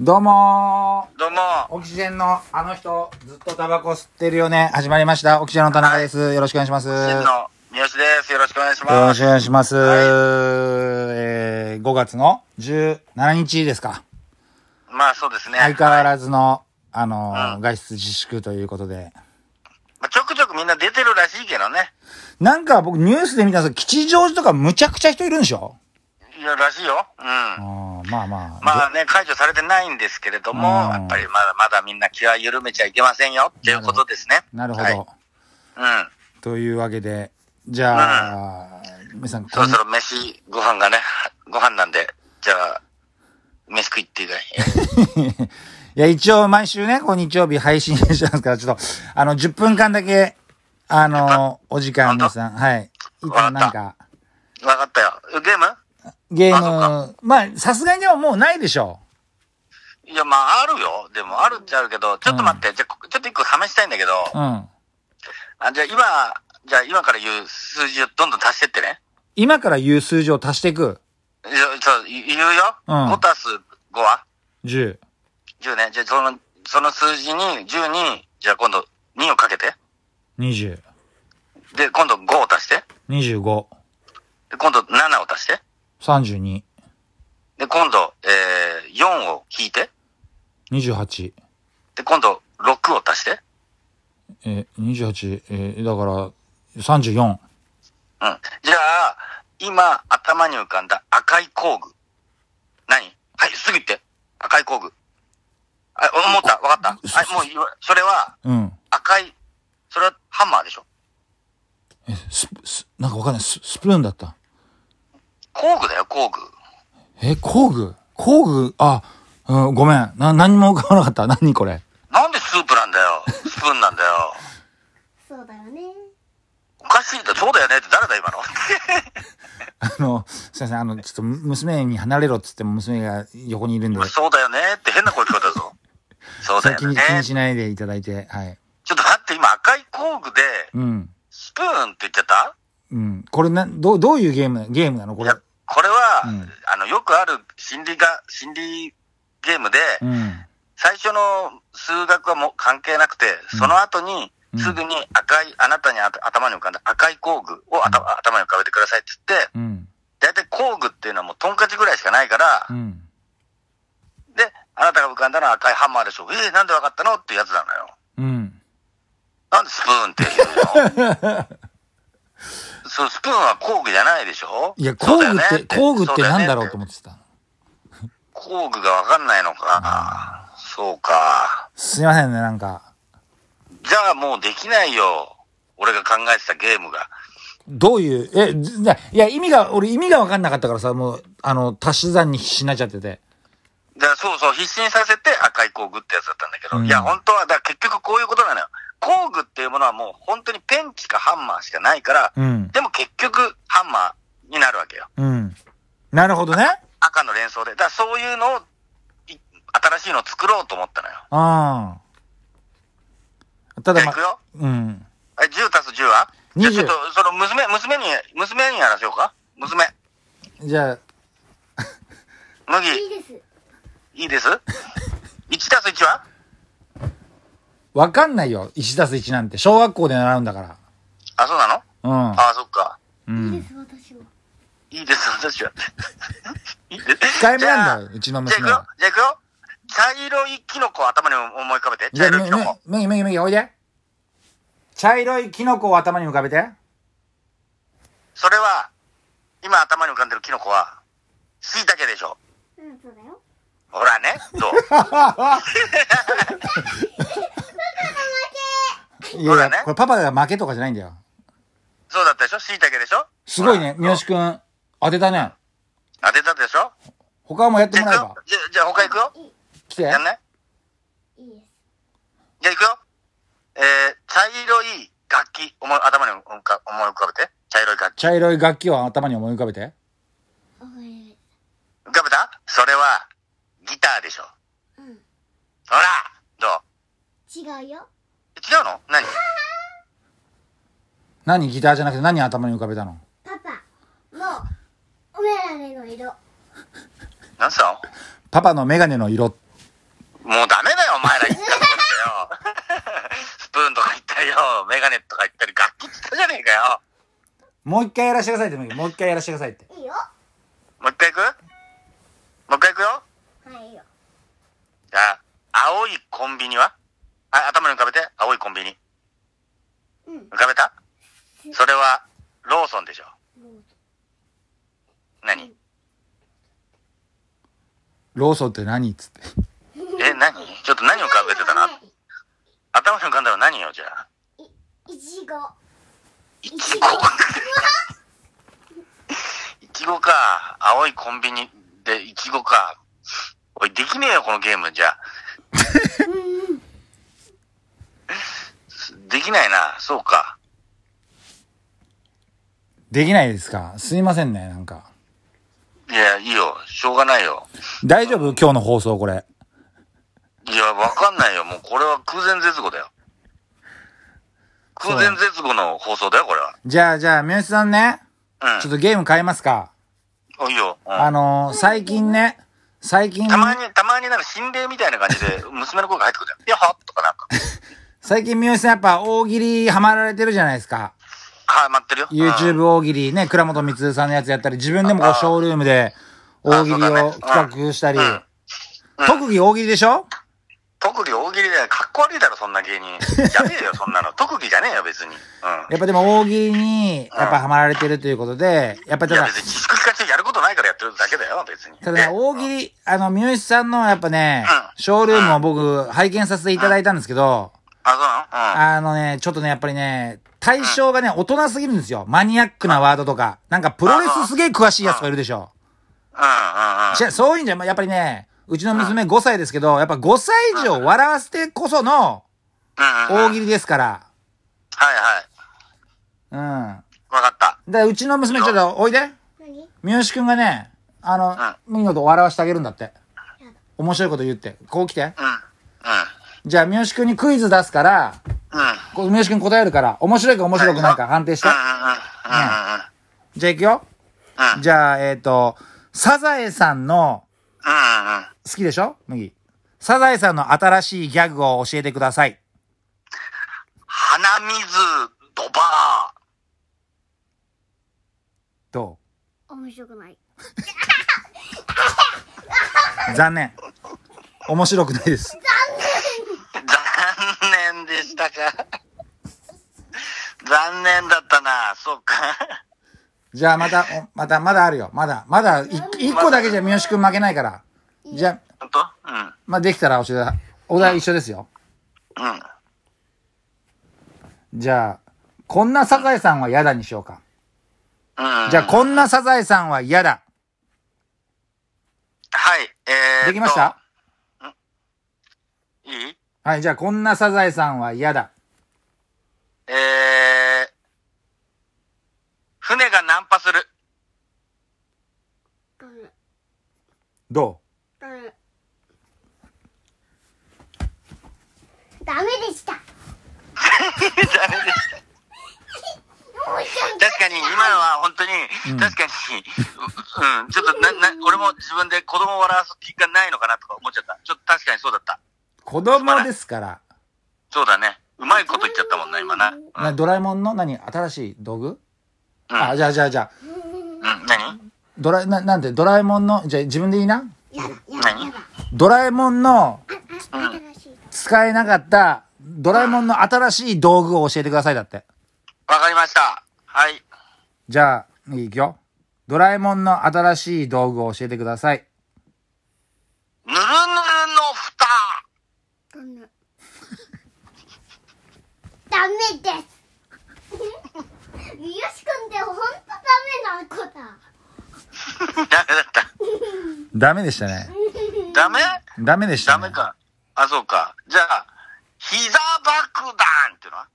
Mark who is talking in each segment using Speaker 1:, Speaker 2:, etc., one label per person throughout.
Speaker 1: どうも
Speaker 2: どうも
Speaker 1: ーオキシジェンのあの人、ずっとタバコ吸ってるよね。始まりました。オキシジェンの田中です。よろしくお願いします。
Speaker 2: 天
Speaker 1: よ
Speaker 2: の三好です。よろしくお願いし
Speaker 1: ろ
Speaker 2: ま
Speaker 1: し
Speaker 2: す。
Speaker 1: くお願いします。
Speaker 2: はい
Speaker 1: えー、5月の17日ですか。
Speaker 2: まあそうですね。
Speaker 1: 相変わらずの、あのー
Speaker 2: うん
Speaker 1: 外出自粛ということで。
Speaker 2: まあ、ちょくちょくみんな出てるらしいけどね。
Speaker 1: なんか僕ニュースで見たんですけど、吉祥寺とかむちゃくちゃ人いるんでしょ
Speaker 2: いや、らしいよ。うん。
Speaker 1: うん、まあまあ。
Speaker 2: まあね、解除されてないんですけれども、
Speaker 1: うん
Speaker 2: やっぱりまだまだみんな気は緩めちゃいけませんよっていうことですね。
Speaker 1: なるほど。
Speaker 2: はいうん。
Speaker 1: というわけで、じゃあ、皆さん、
Speaker 2: そろそろ飯、ご飯がね、ご飯なんで、じゃあ、飯食いっていう かい。
Speaker 1: いや、一応毎週ね、こう日曜日配信してますから、ちょっと、あの、10分間だけ、あの、お時間
Speaker 2: 本当
Speaker 1: 皆さん、はい。いつもなんか、
Speaker 2: わかったよ。ゲーム
Speaker 1: ゲー
Speaker 2: あ
Speaker 1: ム、まあ、さすがにでももうないでしょ
Speaker 2: いや、まあ、あるよ。でも、あるっちゃあるけど、ちょっと待って、じゃあ、ちょっと一個試したいんだけど、
Speaker 1: う。うん。
Speaker 2: あじゃあ今、じゃあ今から言う数字をどんどん足してってね。
Speaker 1: 今から言う数字を足していく。
Speaker 2: いやそう、い言うよ。
Speaker 1: うん
Speaker 2: 5足す5は
Speaker 1: 10。
Speaker 2: ?10 ね。じゃあ、その、その数字に、10に、じゃあ今度、2をかけて。
Speaker 1: 20。
Speaker 2: で、今度5を足して。
Speaker 1: 25。
Speaker 2: で、今度7を足して。
Speaker 1: 32。
Speaker 2: で、今度、えー、4を引いて。
Speaker 1: 28。
Speaker 2: で、今度、6を足して。
Speaker 1: え、28、えー、だから、34。
Speaker 2: うん。じゃあ、今、頭に浮かんだ赤い工具。何はい、すぐ言って。赤い工具。あ、思った。わかった。はい、もう言わ、それは、
Speaker 1: うん。
Speaker 2: 赤い、それはハンマーでしょ
Speaker 1: え、スプ、ス、なんかわかんない。ス、スプーンだった。
Speaker 2: 工具だよ、工具。
Speaker 1: え、工具工具あ、うん、ごめん。な、何も浮かばなかった。何これ。
Speaker 2: なんでスープなんだよ。スプーンなんだよ。
Speaker 3: そうだよね。
Speaker 2: おかしいだ、そうだよねって誰だ今の。
Speaker 1: あの、すいません、あの、ちょっと娘に離れろっつっても娘が横にいるんで、
Speaker 2: そうだよねって変な声聞こえたぞ。そうだよ
Speaker 1: 気に
Speaker 2: ね
Speaker 1: 気。にしないでいただいて、はい。
Speaker 2: ちょっと待って、今赤い工具で、
Speaker 1: うん。
Speaker 2: スプーンって言っちゃった
Speaker 1: うん。これな、どう、どういうゲーム、ゲームなのこ
Speaker 2: い
Speaker 1: れ
Speaker 2: や。、これは、
Speaker 1: うん
Speaker 2: あの、よくある心理が、心理ゲームで、
Speaker 1: うん。
Speaker 2: 最初の数学はもう関係なくて、その後に、
Speaker 1: うん
Speaker 2: すぐに赤い、あなたにあ頭に浮かんだ赤い工具を頭,、頭に浮かべてくださいって言って、
Speaker 1: うん。
Speaker 2: だいたい工具っていうのはもうトンカチぐらいしかないから、
Speaker 1: うん。
Speaker 2: で、あなたが浮かんだのは赤いハンマーでしょ。えー、なんでわかったのってやつなのよ。
Speaker 1: うん。
Speaker 2: なんでスプーンって言 うのそう、スプーンは工具じゃないでしょ
Speaker 1: いや、工具
Speaker 2: そ
Speaker 1: っ
Speaker 2: うよ
Speaker 1: て、
Speaker 2: ね
Speaker 1: 工具ってなんだろうと
Speaker 2: そよね
Speaker 1: 思ってた。
Speaker 2: 工具がわかんないのか。そうか。
Speaker 1: すいませんね、なんか。
Speaker 2: じゃあもうできないよ。俺が考えてたゲームが。
Speaker 1: どういう、え、ずいやいや、意味が、俺意味がわかんなかったからさ、もう、あの、足し算に必死になっちゃってて。
Speaker 2: だからそうそう、必死にさせて赤い工具ってやつだったんだけど、
Speaker 1: うん
Speaker 2: いや、本当は、だから結局こういうことなのよ。工具っていうものはもう本当にペンチかハンマーしかないから、
Speaker 1: うん。
Speaker 2: でも結局ハンマーになるわけよ。
Speaker 1: うん。なるほどね。
Speaker 2: 赤の連想で。だからそういうのを、い新しいのを作ろうと思ったのよ。
Speaker 1: ああ。た
Speaker 2: じ
Speaker 1: だま
Speaker 2: ゃあ行く、よ。
Speaker 1: うん。
Speaker 2: え、10足す10は
Speaker 1: 20
Speaker 2: じゃあちょっと、その娘、娘に、娘にやらせようか娘。
Speaker 1: じゃあ、
Speaker 2: 麦、
Speaker 3: いいです。
Speaker 2: いいです ?1 足す1は
Speaker 1: わかんないよ。1たす1なんて。小学校で習うんだか
Speaker 2: あ、そうなの
Speaker 1: ら。
Speaker 2: あ、そっか。
Speaker 1: う
Speaker 3: い
Speaker 1: ん。う
Speaker 3: い
Speaker 1: ん
Speaker 3: で。す、私は。
Speaker 2: いいです、私は。 いいです
Speaker 1: 控えめなんだよ、うちの
Speaker 2: じゃあ
Speaker 1: 娘
Speaker 2: 行くよ
Speaker 1: は。。
Speaker 2: じゃあ行くよ。茶色いキノコを頭に思い浮かべて。
Speaker 1: じ
Speaker 2: 茶
Speaker 1: ゃあ、
Speaker 2: 色い
Speaker 1: め、
Speaker 2: キノコ。
Speaker 1: め、め、め、め、おいで。茶色いキノコを頭に浮 かべて。
Speaker 2: それは、今頭に浮かんでるキノコは、椎茸でしょ。
Speaker 3: うん、そうだよ。
Speaker 2: ほらね、どう
Speaker 1: い
Speaker 2: そ
Speaker 1: や
Speaker 2: う
Speaker 1: い
Speaker 2: だ
Speaker 1: や
Speaker 2: ね、
Speaker 1: これパパが負けとかじゃないんだよ。
Speaker 2: そうだったでしょ椎茸でしょ
Speaker 1: すごいね、
Speaker 2: ほ
Speaker 1: 三
Speaker 2: ら
Speaker 1: 好くん。当てたね。
Speaker 2: 当てたでしょ
Speaker 1: 他もやって
Speaker 2: じゃ
Speaker 1: も
Speaker 2: あ
Speaker 1: らえ
Speaker 2: 行
Speaker 1: ば
Speaker 2: くよ。。じゃあじゃあ他行くよ。
Speaker 1: 来て
Speaker 2: や。んない
Speaker 3: いいです。
Speaker 2: じゃあ行くよ。えー、茶色い楽器、思い、頭に思い浮か思い浮かべて。茶色い楽器。
Speaker 1: 茶色い楽器を頭に思い浮かべて。
Speaker 3: おい。
Speaker 2: 浮かべたそれは、ギターでしょ。
Speaker 3: うん。
Speaker 2: ほらどう
Speaker 3: 違うよ。
Speaker 2: 違うの何
Speaker 1: 何ギターじゃなくて何頭に浮かべたの
Speaker 3: パパ。もう。お眼鏡の色。
Speaker 2: 何さ
Speaker 1: パパのメガネの色。
Speaker 2: もうダメだよ、お前ら言ったことってよ。 スプーンとか言ったりよ、メガネとか言ったり、楽器って言ったじゃねえかよ。
Speaker 1: もう一回やらしてくださいってもいいもう一回やらしてくださいって。
Speaker 3: いいよ
Speaker 2: もう一回行くもう一回行くよ。
Speaker 3: はいよ
Speaker 2: じゃあ、青いコンビニはあ、頭に浮かべて、青いコンビニ。
Speaker 3: うん
Speaker 2: 浮かべたそれは、ローソンでしょ。
Speaker 3: ローソ
Speaker 2: 何
Speaker 1: ローソンって何っつって。
Speaker 2: え、何ちょっと何を浮かべてたな
Speaker 3: ね
Speaker 2: 頭に浮かんだのは何よ、じゃあ。
Speaker 3: いちご
Speaker 2: いちご。いちごか。青いコンビニでいちごか。おい、できねえよ、このゲーム、じゃあ。できないな、そうか。
Speaker 1: できないですかすいませんね、なんか。
Speaker 2: いや、いいよ、しょうがないよ。
Speaker 1: 大丈夫今日の放送これ。
Speaker 2: いや、わかんないよ、もうこれは空前絶後だよ。空前絶後の放送だよ、これは。
Speaker 1: じゃあ、じゃあ、三好さんね、ちょっ
Speaker 2: うん。
Speaker 1: とゲーム変えますか。
Speaker 2: おいいよ。うん
Speaker 1: あのー、最近ね、最近、
Speaker 2: たまに、たまになんか心霊みたいな感じで、娘の声が入ってくるじゃん。いや、はとかなんか。
Speaker 1: 最近三好さんやっぱ大喜利ハマられてるじゃないですか。
Speaker 2: はい、待ってるよ。うん
Speaker 1: YouTube 大喜利ね、倉本光さんのやつやったり、自分でもこう
Speaker 2: あ
Speaker 1: ショールームで大喜利を企画したり
Speaker 2: う、んうん
Speaker 1: 特技大喜利でしょ
Speaker 2: 特技大喜利だよ。かっこ悪いだろ、そんな芸人。やべえよ、そんなの。特技じゃねえよ、別に。う
Speaker 1: やっぱでも大喜利にやっぱハマられてるということで、やっぱ
Speaker 2: ん。い
Speaker 1: た
Speaker 2: や、
Speaker 1: だ
Speaker 2: 別、に自粛期間中やることないからやってるだけだよ、別に。
Speaker 1: ただね、
Speaker 2: ね
Speaker 1: 大喜利、あの、三好さんのやっぱね
Speaker 2: う、
Speaker 1: ショールームを僕拝見させていただいたんですけど、
Speaker 2: あ、そうなのうん。
Speaker 1: あのね、ちょっとね、やっぱりね、対象がね、大人すぎるんですよ。マニアックなワードとか。なんかプロレスすげえ詳しいやつがいるでしょ。
Speaker 2: うん、うん、うん。
Speaker 1: 違う、そういうんじゃ、やっぱりね、うちの娘5歳ですけど、やっぱ5歳以上笑わせてこその
Speaker 2: うんうんうん
Speaker 1: 大喜利ですから。
Speaker 2: はいはい。
Speaker 1: うん。だか
Speaker 2: わかった。
Speaker 1: らうちの娘ちょっと、おいで。
Speaker 3: 何
Speaker 1: 三好くんがね、あの、みんなと笑わせてあげるんだって。面白いこと言って。こう来て。
Speaker 2: うん。う
Speaker 1: じゃあ三好くんにクイズ出すから、
Speaker 2: ん。うん。うん。
Speaker 1: こう三好くん答えるから、面白いか面白くないか判定して
Speaker 2: う。ん。うん。
Speaker 1: じゃあ行くよ。
Speaker 2: うん。
Speaker 1: じゃあ、えっ、と、サザエさんの、
Speaker 2: うん。うん。
Speaker 1: 好きでしょ麦。サザエさんの新しいギャグを教えてください。
Speaker 2: 鼻水、ドバー。
Speaker 1: ど
Speaker 3: 面白くないう
Speaker 1: 残念。面白くないです。
Speaker 2: 残念でしたか。残念だったな、そうか。
Speaker 1: じゃあまた、おまた、まだあるよ。まだ、まだ、い一個だけじゃ三好くん負けないから。じゃあ、
Speaker 2: 本当うん。
Speaker 1: まあ、できたら教えてください。お題一緒ですよ。
Speaker 2: うん。
Speaker 1: じゃあ、こんなサザエさんは嫌だにしようか。
Speaker 2: うん。
Speaker 1: じゃあ、こんなサザエさんは嫌だ。
Speaker 2: はい、えー、
Speaker 1: できました
Speaker 2: いい
Speaker 1: はい、じゃあ、こんなサザエさんは嫌だ。
Speaker 2: えー、船が難破する。
Speaker 3: あれ
Speaker 1: ど
Speaker 3: あれダメでしたもうちょっと
Speaker 2: 確かに、今のは本当に、確かに、ううん、ちょっとな、な、俺も自分で子供を笑わす気がないのかなとか思っちゃった。ちょっと確かにそうだった。
Speaker 1: う子供ですから。
Speaker 2: そうだね。うまいこと言っちゃったもんな、今な。うん。うん、
Speaker 1: なドラえもんの何新しい道具、あ、じゃあ、じゃあ、じゃあ、
Speaker 2: 何
Speaker 1: ドラえ、な、なんて、ドラえもんの、じゃあ自分でいいな
Speaker 3: やだやだ
Speaker 2: 何
Speaker 3: やだ
Speaker 1: ドラえもんの
Speaker 3: あ新しい
Speaker 1: 使えなかった、ドラえもんの新しい道具を教えてくださいだって。
Speaker 2: わかりました。はい。
Speaker 1: じゃあ、いくよ。ドラえもんの新しい道具を教えてください。
Speaker 2: ぬるぬるの蓋。
Speaker 3: ダメダメ ですよしくんってほんとダメな子
Speaker 2: ダメ
Speaker 3: だ
Speaker 2: だった。
Speaker 1: ダメでしたね。
Speaker 2: ダメ
Speaker 1: ダメでした、
Speaker 2: ダ
Speaker 1: ね。
Speaker 2: メ。か。あ、そうか。じゃあ、膝爆弾っていうのは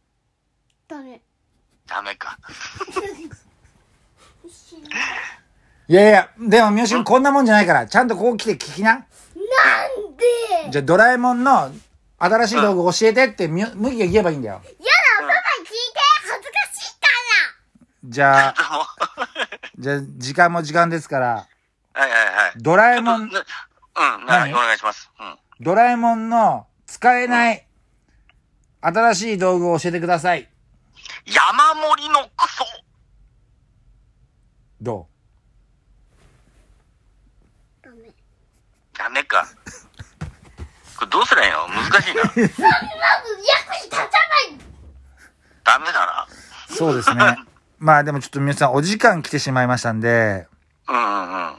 Speaker 3: ダメ
Speaker 2: ダメか。
Speaker 1: いやいや、でも、三好君こんなもんじゃないから、ちゃんとこう来て聞きな。
Speaker 3: なんでやだ
Speaker 1: じゃあ、ドラえもんの新しい道具教えてって、み麦が言えばいいんだよ。
Speaker 3: パパ聞いて恥ずかしいか
Speaker 1: じゃあ、
Speaker 2: でも、
Speaker 1: じゃあ、時間も時間ですから、
Speaker 2: はいはいはい。
Speaker 1: ドラえもん
Speaker 2: ちょっとうん、はい、
Speaker 1: 何
Speaker 2: お願いします。うん。
Speaker 1: ドラえもんの使えない新しい道具を教えてください。
Speaker 2: 山盛りのクソ。
Speaker 1: ど
Speaker 3: ダメ。
Speaker 2: ダメか。これどうすりゃいいの難しいな。
Speaker 3: まず役に立たない
Speaker 2: ダメだ
Speaker 1: うそうですね。 まあでもちょっと皆さんお時間来てしまいましたんで、
Speaker 2: な。うんうんうん。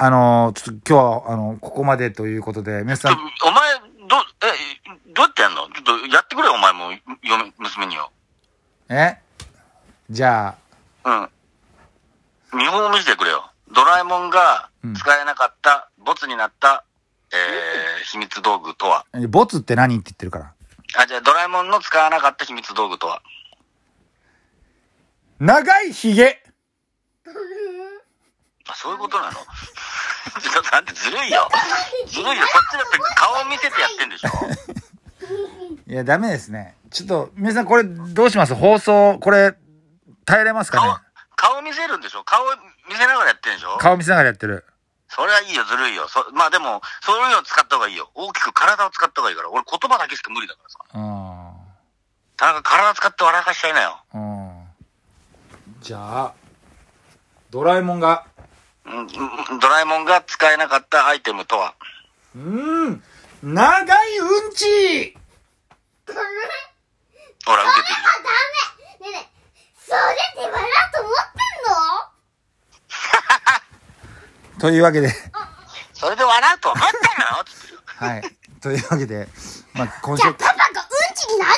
Speaker 1: あの、ちょっと今日は、あの、ここまでということで、皆
Speaker 2: ち
Speaker 1: さ
Speaker 2: ょ
Speaker 1: ん、
Speaker 2: お前、ど、え、どうやってやんのちょっとやってくれよ、お前も、嫁、娘によ。
Speaker 1: えじゃあ、
Speaker 2: うん。見本を見せてくれよ。ドラえもんが使えなかった、ボツになった、えー、秘密道具とは。
Speaker 1: ボツって何って言ってるから。
Speaker 2: あ、じゃあ、ドラえもんの使わなかった秘密道具とは。
Speaker 1: 長いひげ
Speaker 2: あ、そういうことなの ちょっとなんてずるいよ。ずるいよ。そっちだって顔見せてやってんでしょ。
Speaker 1: いや、ダメですね。ちょっと、皆さんこれどうします放送、これ、耐えれますか
Speaker 2: 顔
Speaker 1: ね、
Speaker 2: 顔見せるんでしょ顔見せながらやってんでしょ
Speaker 1: 顔見せながらやってる。
Speaker 2: それはいいよ、ずるいよ。そまあでも、そういうのを使った方がいいよ。大きく体を使った方がいいから。俺言葉だけしか無理だからさ。
Speaker 1: うん。
Speaker 2: 田中体使って笑かしちゃいなよ。
Speaker 1: うん。じゃあ、ドラえもんが、
Speaker 2: うんうん、ドラえもんが使えなかったアイテムとは
Speaker 1: うーん、長いうんち
Speaker 3: ダメ
Speaker 2: ほら、受けて るよ。
Speaker 3: あ、ダメねえねえ、それで笑うと思っ
Speaker 1: というわけで、
Speaker 2: それで笑うと思ったのつってるよ。
Speaker 1: はい。というわけで、まあ、今
Speaker 3: てんのじ
Speaker 1: 週
Speaker 3: ゃあ、パパがうんちになっちゃ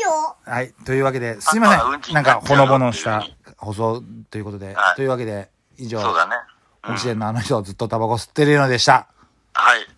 Speaker 3: うよ
Speaker 1: はい。というわけで、すいま
Speaker 2: あまあうん
Speaker 1: せ
Speaker 2: ち
Speaker 1: ん。な
Speaker 2: にな
Speaker 1: ん
Speaker 2: っちゃう
Speaker 1: か、ほ
Speaker 2: よ
Speaker 1: のぼのした放送ということで
Speaker 2: は、い
Speaker 1: というわけで、以上
Speaker 2: そう、だね。
Speaker 1: オキシデンのあの人ずっとタバコ吸ってるのでした。
Speaker 2: はい。